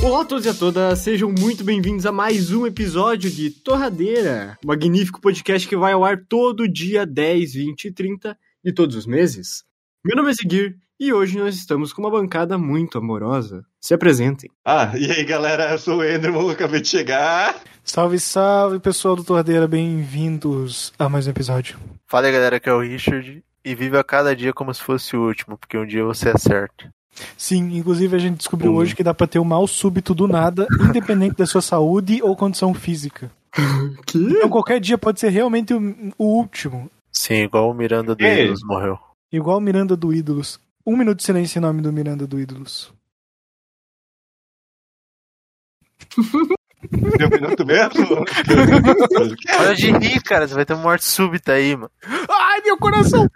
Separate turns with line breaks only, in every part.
Olá a todos e a todas, sejam muito bem-vindos a mais um episódio de Torradeira, um magnífico podcast que vai ao ar todo dia 10, 20 e 30 de todos os meses. Meu nome é Seguir e hoje nós estamos com uma bancada muito amorosa. Se apresentem.
Ah, e aí galera, eu sou o Enderman, acabei de chegar.
Salve, salve pessoal do Tordeira, bem-vindos a mais um episódio.
Fala aí, galera, que é o Richard e vive a cada dia como se fosse o último, porque um dia você acerta.
Sim, inclusive a gente descobriu hoje que dá pra ter o mal súbito do nada, independente da sua saúde ou condição física.
Que?
Então qualquer dia pode ser realmente o, o último,
Sim, igual o Miranda do
Ei.
Ídolos morreu.
igual o Miranda do Ídolos. Um minuto de silêncio em nome do Miranda do Ídolos.
Deu um minuto mesmo?
Para de rir, cara, você vai ter uma morte súbita aí, mano.
Ai, meu coração!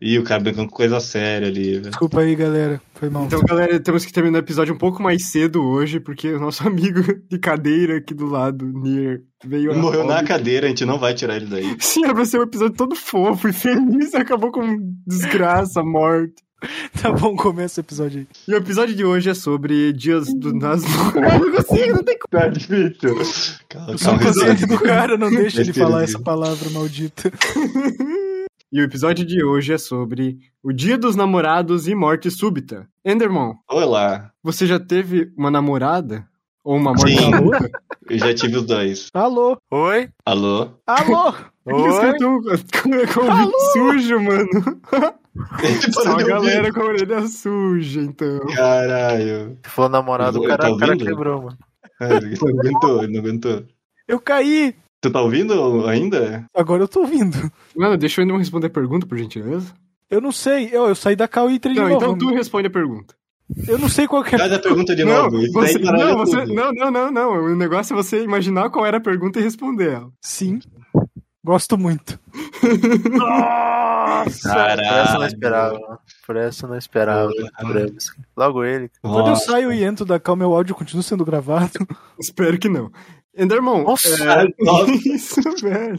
Ih, o cara brincando com coisa séria ali, velho.
Desculpa aí, galera, foi mal.
Então, galera, temos que terminar o episódio um pouco mais cedo hoje, porque o nosso amigo de cadeira aqui do lado, Nier, veio...
Ele Morreu na
nada.
cadeira, a gente não vai tirar ele daí.
Sim, era pra ser um episódio todo fofo e feliz, acabou com desgraça, morte.
Tá bom, começa o episódio aí.
E o episódio de hoje é sobre dias do nas Eu não consigo, não tem como.
Tá difícil. Calma,
um
O subconsciente do cara não deixa ele
Besteira
falar
de-
essa palavra maldita.
E o episódio de hoje é sobre o dia dos namorados e morte súbita. Enderman,
um-
Olá,
você já teve uma namorada? Ou uma morte
Sim.
súbita?
eu já tive os dois.
Alô?
Oi?
Alô?
Alô?
Oi?
com com
Tá
o ouvido sujo, mano. Só a galera com a orelha suja, então.
Caralho.
Se for namorado, o
Oi,
cara,
tá
o cara
ouvindo?
quebrou, mano.
Ah, Ele não aguentou, ele não aguentou.
Eu caí!
Tu tá ouvindo ainda?
Agora eu tô ouvindo.
Mano, deixa eu ainda responder a pergunta, por gentileza.
Eu não sei, eu, eu saí da cal e entrei de
Não,
novo.
então tu responde a pergunta.
Eu não sei qual que é.
Faz a pergunta de
Não,
novo. isso daí
você,
baralha
não, você,
tudo.
não, não, não, não. O negócio é você imaginar qual era a pergunta e responder ela.
Sim. Gosto muito.
Por essa eu não
Caralho.
esperava, mano. Por essa eu não esperava.
Caralho.
Por essa. Logo ele.
Quando eu
Nossa.
saio e entro da cal, meu áudio continua sendo gravado.
Espero que não. Endermon.
Nossa,
nossa.
Isso, velho.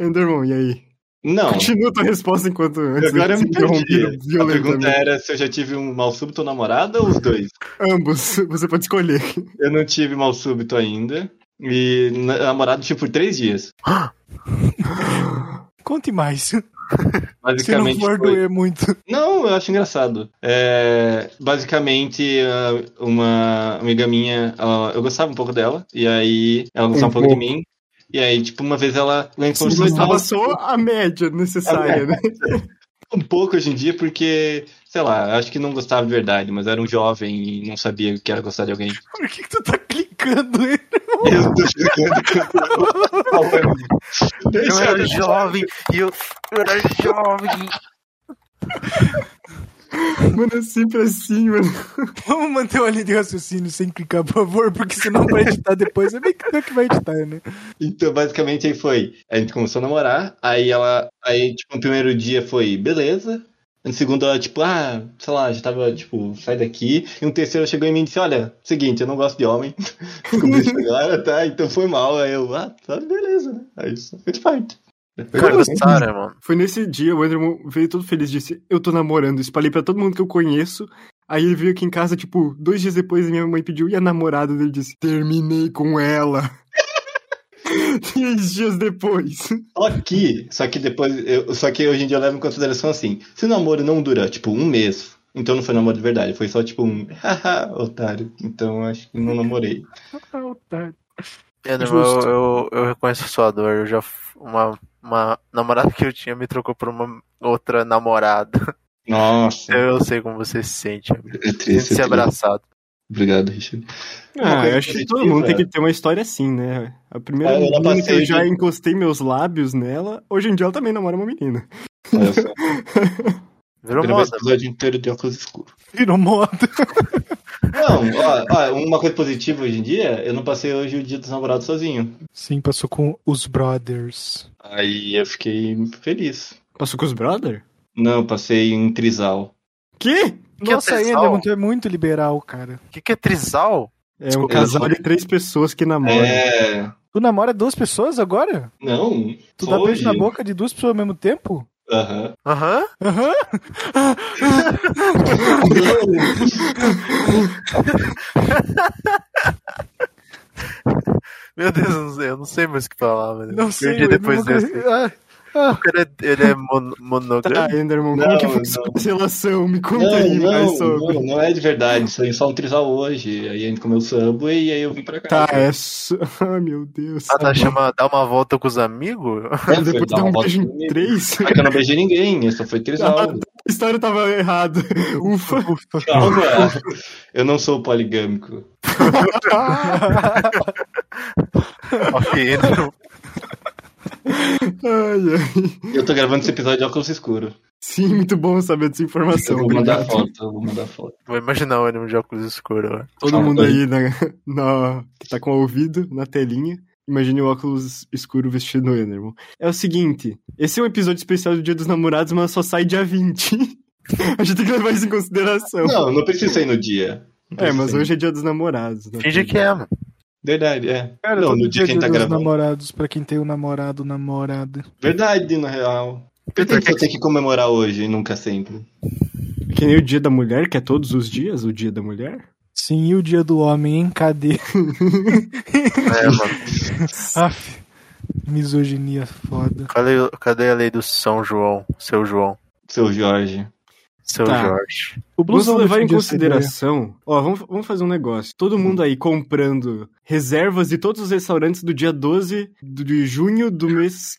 Endermon, e aí?
Não.
Continua tua resposta enquanto antes de
Agora eu
ser
me perdi. A pergunta é-
violentamente.
era se eu já tive um mal súbito ou namorada ou os dois?
Ambos, você pode escolher.
Eu não tive mal súbito ainda. E na- namorado tive por três dias.
Conte mais. Se não
Basicamente.
for
foi-
doer muito.
Não, eu acho engraçado. É, basicamente, ah, uma amiga minha, ah, eu gostava um pouco dela, e aí ela gostava um,
Um
pouco de
pouco.
mim. E aí, tipo, uma vez ela um ela
Você
encontrou e
gostava
tal,
só a média
É
necessária, né?
um pouco hoje em dia, porque, sei lá, acho que não gostava de verdade, mas era um jovem e não sabia o que era gostar de alguém.
Por que, que tu tá clicando? hein?
Eu tô chegando.
Eu
Deixa
era jovem. E eu, eu era jovem.
Mano, é sempre assim, mano.
Vamos manter uma linha de raciocínio sem clicar, por favor, porque senão vai editar depois. É bem que tu é que vai editar, né?
Então, basicamente, aí foi. A gente começou a namorar, aí ela. Aí, tipo, no primeiro dia foi beleza. No segundo, ela, tipo, ah, sei lá, já tava, tipo, sai daqui. E no terceiro, ela chegou em mim e disse: Olha, seguinte, eu não gosto de homem. Descobri isso agora, tá? Então foi mal. Aí eu, ah, tá, beleza, né? Aí isso fez parte.
Cara, Sara, mano.
Foi nesse dia, o Enderman veio todo feliz, disse, eu tô namorando, espalhei pra todo mundo que eu conheço. Aí ele veio aqui em casa, tipo, dois dias depois, minha mãe pediu, e a namorada dele disse, terminei com ela. Três dias depois.
Só que, só que depois, eu- só que hoje em dia eu levo em consideração assim: se o namoro não dura, tipo, um mês, então não foi namoro de verdade, foi só tipo um, haha, otário. Então acho que não namorei.
Eu,
Justo.
eu, eu reconheço a sua dor. Eu já. f- Uma, uma namorada que eu tinha me trocou por uma outra namorada.
Nossa,
Eu sei como você se sente, amigo.
é triste. é
Sinta-se
triste.
abraçado.
Obrigado, Richard. É Uma
Ah,
coisa
eu acho que
positiva.
todo mundo tem que ter uma história assim, né? A primeira
Ah, eu não
menina que eu
passei
já
de-
encostei meus lábios nela, hoje em dia ela também namora uma menina.
Olha só,
Virou
gravei esse
moda.
episódio inteiro de óculos escuros.
Virou moda.
Não, ó, ó, uma coisa positiva hoje em dia, eu não passei hoje o dia dos namorados sozinho.
Sim, passou com os brothers.
Aí eu fiquei feliz.
Passou com os brother?
Não, eu passei em trisal.
Que?
Que
Nossa,
tesão.
Enderman, tu é muito liberal, cara.
O que, que é trisal?
É um
Desculpa,
casal
eu-
de três pessoas que namoram.
É.
Tu namora duas pessoas agora?
Não.
Tu
só
dá
hoje.
beijo na boca de duas pessoas ao mesmo tempo?
Aham.
Aham.
Aham.
Meu Deus, eu não sei, eu não sei mais o que falar, velho.
Não sei.
Perdi
eu
depois
nunca-
desse.
Ah, ah.
O cara é- Ele é mon- monogâmico?
Tá, Enderman,
Não,
como que foi
não.
sua relação? Me conta
Não,
aí mais
não,
sobre.
não, não é de verdade. Isso aí é só um trisal hoje. Aí a gente comeu Subway e aí eu vim pra cá.
Tá, é. su- Ah, meu Deus.
Ah, tá chamando dar uma volta com os amigos?
É, foi
Depois
dar
de um
uma
beijo em
volta comigo.
três.
Só que eu não beijei ninguém, só foi trisal.
A história tava errada. Ufa.
Calma, eu não sou poligâmico.
ok, então.
Ai, ai.
Eu tô gravando esse episódio de óculos escuro.
Sim, muito bom saber dessa
Eu
informação.
vou mandar
é Obrigado.
foto, eu vou mandar foto.
Vou imaginar um o ânimo de óculos escuros agora.
Todo mundo
é.
aí na, na- que tá com o ouvido na telinha. Imagine o óculos escuro vestido no Enderman. É o seguinte, esse é um episódio especial do Dia dos Namorados, mas só sai dia 20. A gente tem que levar isso em consideração.
Não, não precisa ir no dia.
é, mas
sim.
hoje é Dia dos Namorados. né?
Finge que é, mano.
Verdade, é.
Cara,
não,
todo
no dia
dia
que a gente tá
dos
gravando.
namorados, pra quem tem um namorado, namorada.
Verdade, na real. Por que a gente
é
só tem que comemorar hoje e nunca sempre?
Que nem o Dia da Mulher, que é todos os dias o Dia da Mulher.
Sim, e o dia do homem, hein? Cadê?
É, mano.
Aff, misoginia foda.
Cadê, cadê a lei do São João? Seu João.
Seu Jorge.
Seu
Tá.
Jorge.
O
Vamos
blusão
levar em
defende essa ideia.
consideração. Ó, vamos, vamos fazer um negócio.
Hum.
Todo mundo aí comprando reservas de todos os restaurantes do dia 12 de junho do mês.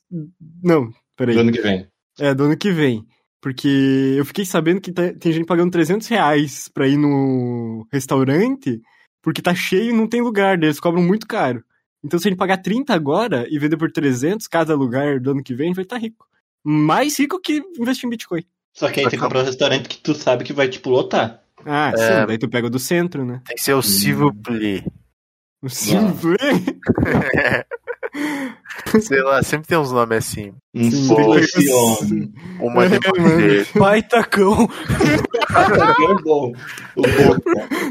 Não, peraí.
Do ano que vem.
É, do ano que vem. Porque eu fiquei sabendo que tá- tem gente pagando 300 reais pra ir no restaurante, porque tá cheio e não tem lugar, daí eles cobram muito caro. Então se a gente pagar 30 agora e vender por 300 cada lugar do ano que vem, a gente vai estar rico. Mais rico que investir em Bitcoin.
Só que aí tem que comprar um restaurante que tu sabe que vai, tipo, lotar.
Ah,
É.
sim, daí tu pega o do centro, né?
Tem que ser o Silvio Pli.
O Simplê.
Sei lá, sempre tem uns nomes assim. Um
Um
Sim,
solo
tem que-
esse homem.
Uma
É, mano.
depois dele.
Pai tacão.
É bom. O bom.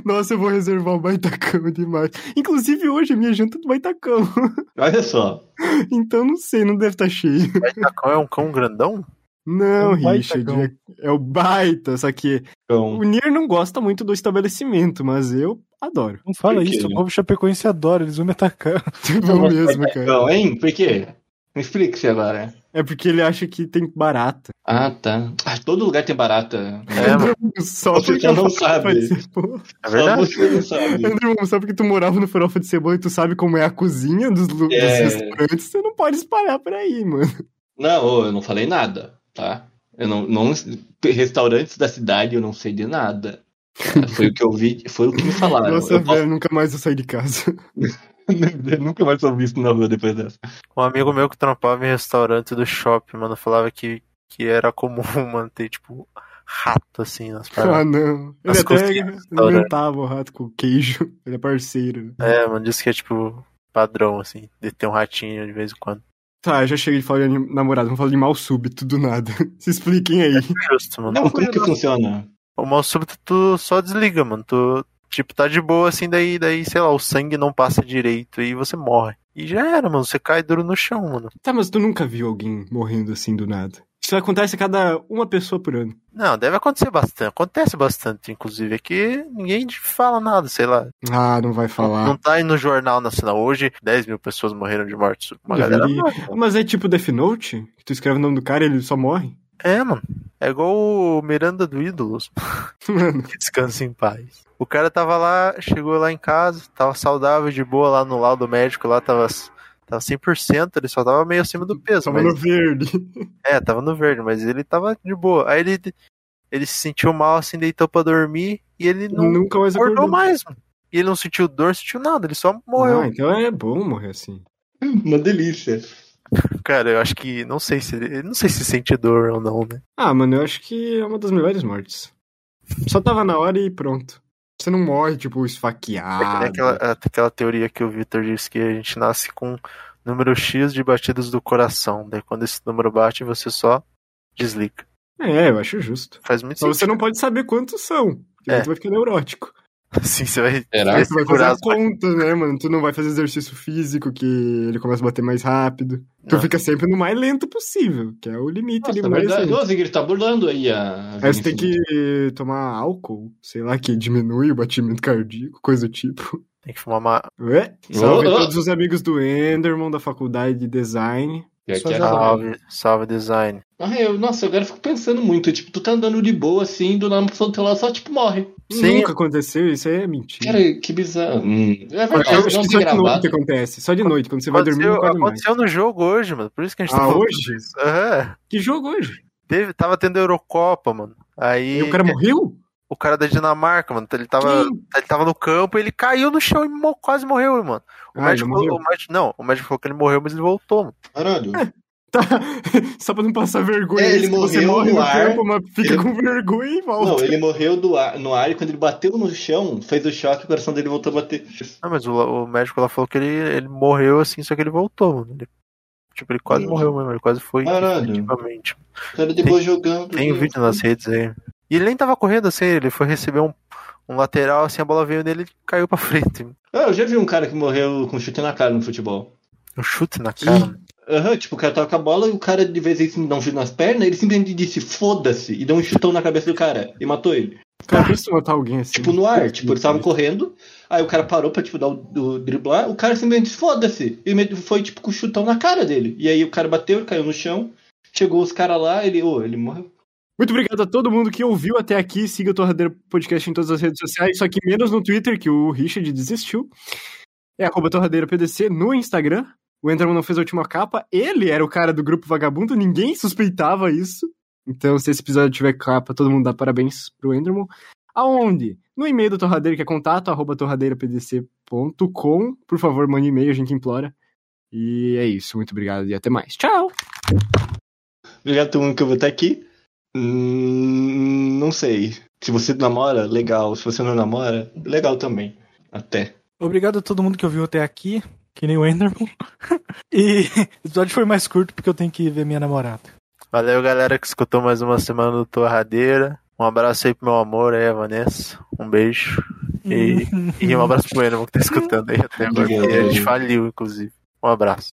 Nossa, eu vou reservar o baitacão demais. Inclusive hoje é minha janta do baitacão.
Olha só.
Então não sei, não deve estar cheio.
Mas Tacão é um cão grandão?
Não,
É um baita
Richard.
cão.
é- É o baita, só que
Então,
o Nier não gosta muito do estabelecimento, mas eu adoro.
Não fala
Por quê,
isso, o
né?
povo chapecoense adora, eles vão me atacar.
Bom mesmo, cara.
então, hein? Por quê? Me explique-se agora.
É porque ele acha que tem barata.
Ah, tá. Ah, todo lugar tem barata.
É, mano.
Só
Você
porque é
já não
eu falo
sabe.
que faz- Pô,
É
Só
verdade.
você não sabe.
Andrew, só porque tu morava no Farofa de Cebola e tu sabe como é a cozinha dos, lu- dos
É.
restaurantes, você não pode espalhar por aí, mano.
Não, ô, eu não falei nada, tá? Eu não, não. Restaurantes da cidade eu não sei de nada. Tá? Foi o que eu vi, foi o que me falaram.
Nossa,
Ah, eu,
velho, nunca mais eu saí de casa.
eu nunca mais ouvi isso na rua depois dessa.
Um amigo meu que trampava em restaurante do shopping, mano, falava que, que era comum, mano, ter, tipo, rato, assim, nas paradas.
Ah, não. Ele
As
até
cozinhas do
né?
restaurante.
alimentava o rato com queijo. Ele é parceiro.
É, mano, disse que é, tipo, padrão, assim, de ter um ratinho de vez em quando.
Tá, já cheguei de falar de anim- namorado, vamos falar de mal súbito do nada. Se expliquem aí.
Justo, mano.
Não, como que funciona?
O mal súbito tu só desliga, mano. Tu, tipo, tá de boa assim, daí, daí, sei lá, o sangue não passa direito e você morre. E já era, mano. Você cai duro no chão, mano.
Tá, mas tu nunca viu alguém morrendo assim do nada. Isso acontece a cada uma pessoa por ano.
Não, deve acontecer bastante. Acontece bastante, inclusive. É que ninguém te fala nada, sei lá.
Ah, não vai
Não
falar.
tá aí no Jornal Nacional. Hoje, 10 mil pessoas morreram de morte. súbita. Uma galera.
Deveria. Mas é tipo Death Note? Que tu escreve o nome do cara e ele só morre?
É, mano. É igual o Miranda do Ídolos.
Mano,
Que descansa em paz. O cara tava lá, chegou lá em casa, tava saudável, de boa lá no laudo médico, lá tava, tava 100%, ele só tava meio acima do peso.
tava
mas-
no verde.
É, tava no verde, mas ele tava de boa. Aí ele, ele se sentiu mal, assim, deitou pra dormir e ele não
nunca mais
acordou
acordou.
mais, mano. E ele não sentiu dor, sentiu nada, ele só morreu.
Ah, então é bom morrer assim.
Uma delícia.
então.
Cara, eu acho que. Não sei se ele. eu Não sei se sente dor ou não, né?
Ah, mano, eu acho que é uma das melhores mortes. Só tava na hora e pronto. Você não morre, tipo, esfaqueado.
é que nem aquela, aquela teoria que o Victor disse que a gente nasce com um número X de batidas do coração. Daí quando esse número bate, você só desliga.
É, eu acho justo.
Faz muito
Só
sentido.
Então você não pode saber quantos são. Porque
É.
tu vai ficar neurótico.
Assim, você vai.
Será?
vai
Tu vai fazer
segurar
a
as ba-
conta, né, mano? Tu não vai fazer exercício físico, que ele começa a bater mais rápido. Tu
Não.
fica sempre no mais lento possível, que é o limite ali
É. Nossa, é
mais
verdade.
lento.
Ô, Ziggy, tá burlando aí a.
Aí você tem que tomar álcool, sei lá, que diminui o batimento cardíaco, coisa do tipo.
Tem que fumar uma.
Ué? Salve
Ô, ô.
todos os amigos do Enderman, da faculdade de design.
Pior
Só
que é
jogar.
raro.
Salve, salve design.
Ah, eu, nossa, agora eu fico pensando muito. Tipo, tu tá andando de boa assim, do nada uma pessoa do teu lado só, tipo, morre.
Sim.
Nunca aconteceu, isso aí é mentira.
Cara, que bizarro. Hum. É
Mas eu acho
verdade, não
que
tem
só de noite que
gravado.
acontece. Só de noite, quando você vai dormir, não
Aconteceu,
acorda mais.
aconteceu no jogo hoje, mano. Por isso que a gente tá
Ah,
falando
hoje?
disso. Aham.
Que jogo hoje?
Teve, tava tendo Eurocopa, mano. Aí
É,
E o cara morreu?
o cara da Dinamarca, mano, ele tava, ele tava no campo, ele caiu no chão e mo- quase morreu, mano.
Ah,
O
ele
médico,
morreu.
o médico- não, o médico falou que ele morreu, mas ele voltou, mano.
Caralho.
É,
Tá. Só pra não passar vergonha.
É, ele
Se você
morreu
morre
no
no
ar.
campo, mas fica com vergonha e volta.
Não, ele morreu do ar- no ar e quando ele bateu no chão, fez o choque o coração dele voltou a bater. Então,
Não, Ah, mas o, o médico lá falou que ele, ele morreu assim, só que ele voltou, mano. Ele- tipo, ele quase
Ih.
morreu mesmo, ele quase foi
Caralho.
definitivamente.
O cara de boa jogando.
Tem o vídeo nas redes aí. E ele nem tava correndo assim, ele foi receber um, um lateral, assim, a bola veio nele e caiu pra frente.
Ah, eu já vi um cara que morreu com chute na cara no futebol.
Um chute na cara. mano.
Aham, tipo, o cara toca a bola e o cara de vez em quando dá um chute nas pernas, ele simplesmente disse foda-se e deu um chutão na cabeça do cara e matou ele.
Cara, pensa em matar alguém assim.
Tipo, no ar, tipo, eles estavam correndo, aí o cara parou pra, tipo, dar o, o driblar, o cara simplesmente disse foda-se e me- foi, tipo, com o chutão na cara dele. E aí o cara bateu, ele caiu no chão, chegou os caras lá, ele, ô, ele morreu.
Muito obrigado a todo mundo que ouviu até aqui. Siga o Torradeiro Podcast em todas as redes sociais, só que menos no Twitter, que o Richard desistiu. É arroba Torradeiro PDC no Instagram. O Enderman não fez a última capa. Ele era o cara do grupo vagabundo, ninguém suspeitava isso. Então, se esse episódio tiver capa, todo mundo dá parabéns pro Enderman. Aonde? No e-mail do Torradeiro, que é contato, arroba torradeiropdc.com. Por favor, mande e-mail, a gente implora. E é isso, muito obrigado e até mais. Tchau!
Obrigado a todo mundo que eu vou até aqui. Hum, não sei. Se você namora, legal. Se você não namora, legal também. Até.
Obrigado a todo mundo que ouviu até aqui, que nem o Enderman. E o episódio foi mais curto porque eu tenho que ver minha namorada.
Valeu, galera, que escutou mais uma semana do Torradeira. Um abraço aí pro meu amor aí, a Vanessa. Um beijo. E, e um abraço pro Enemo que tá escutando aí até agora.
Obrigado.
A gente faliu, inclusive. Um abraço.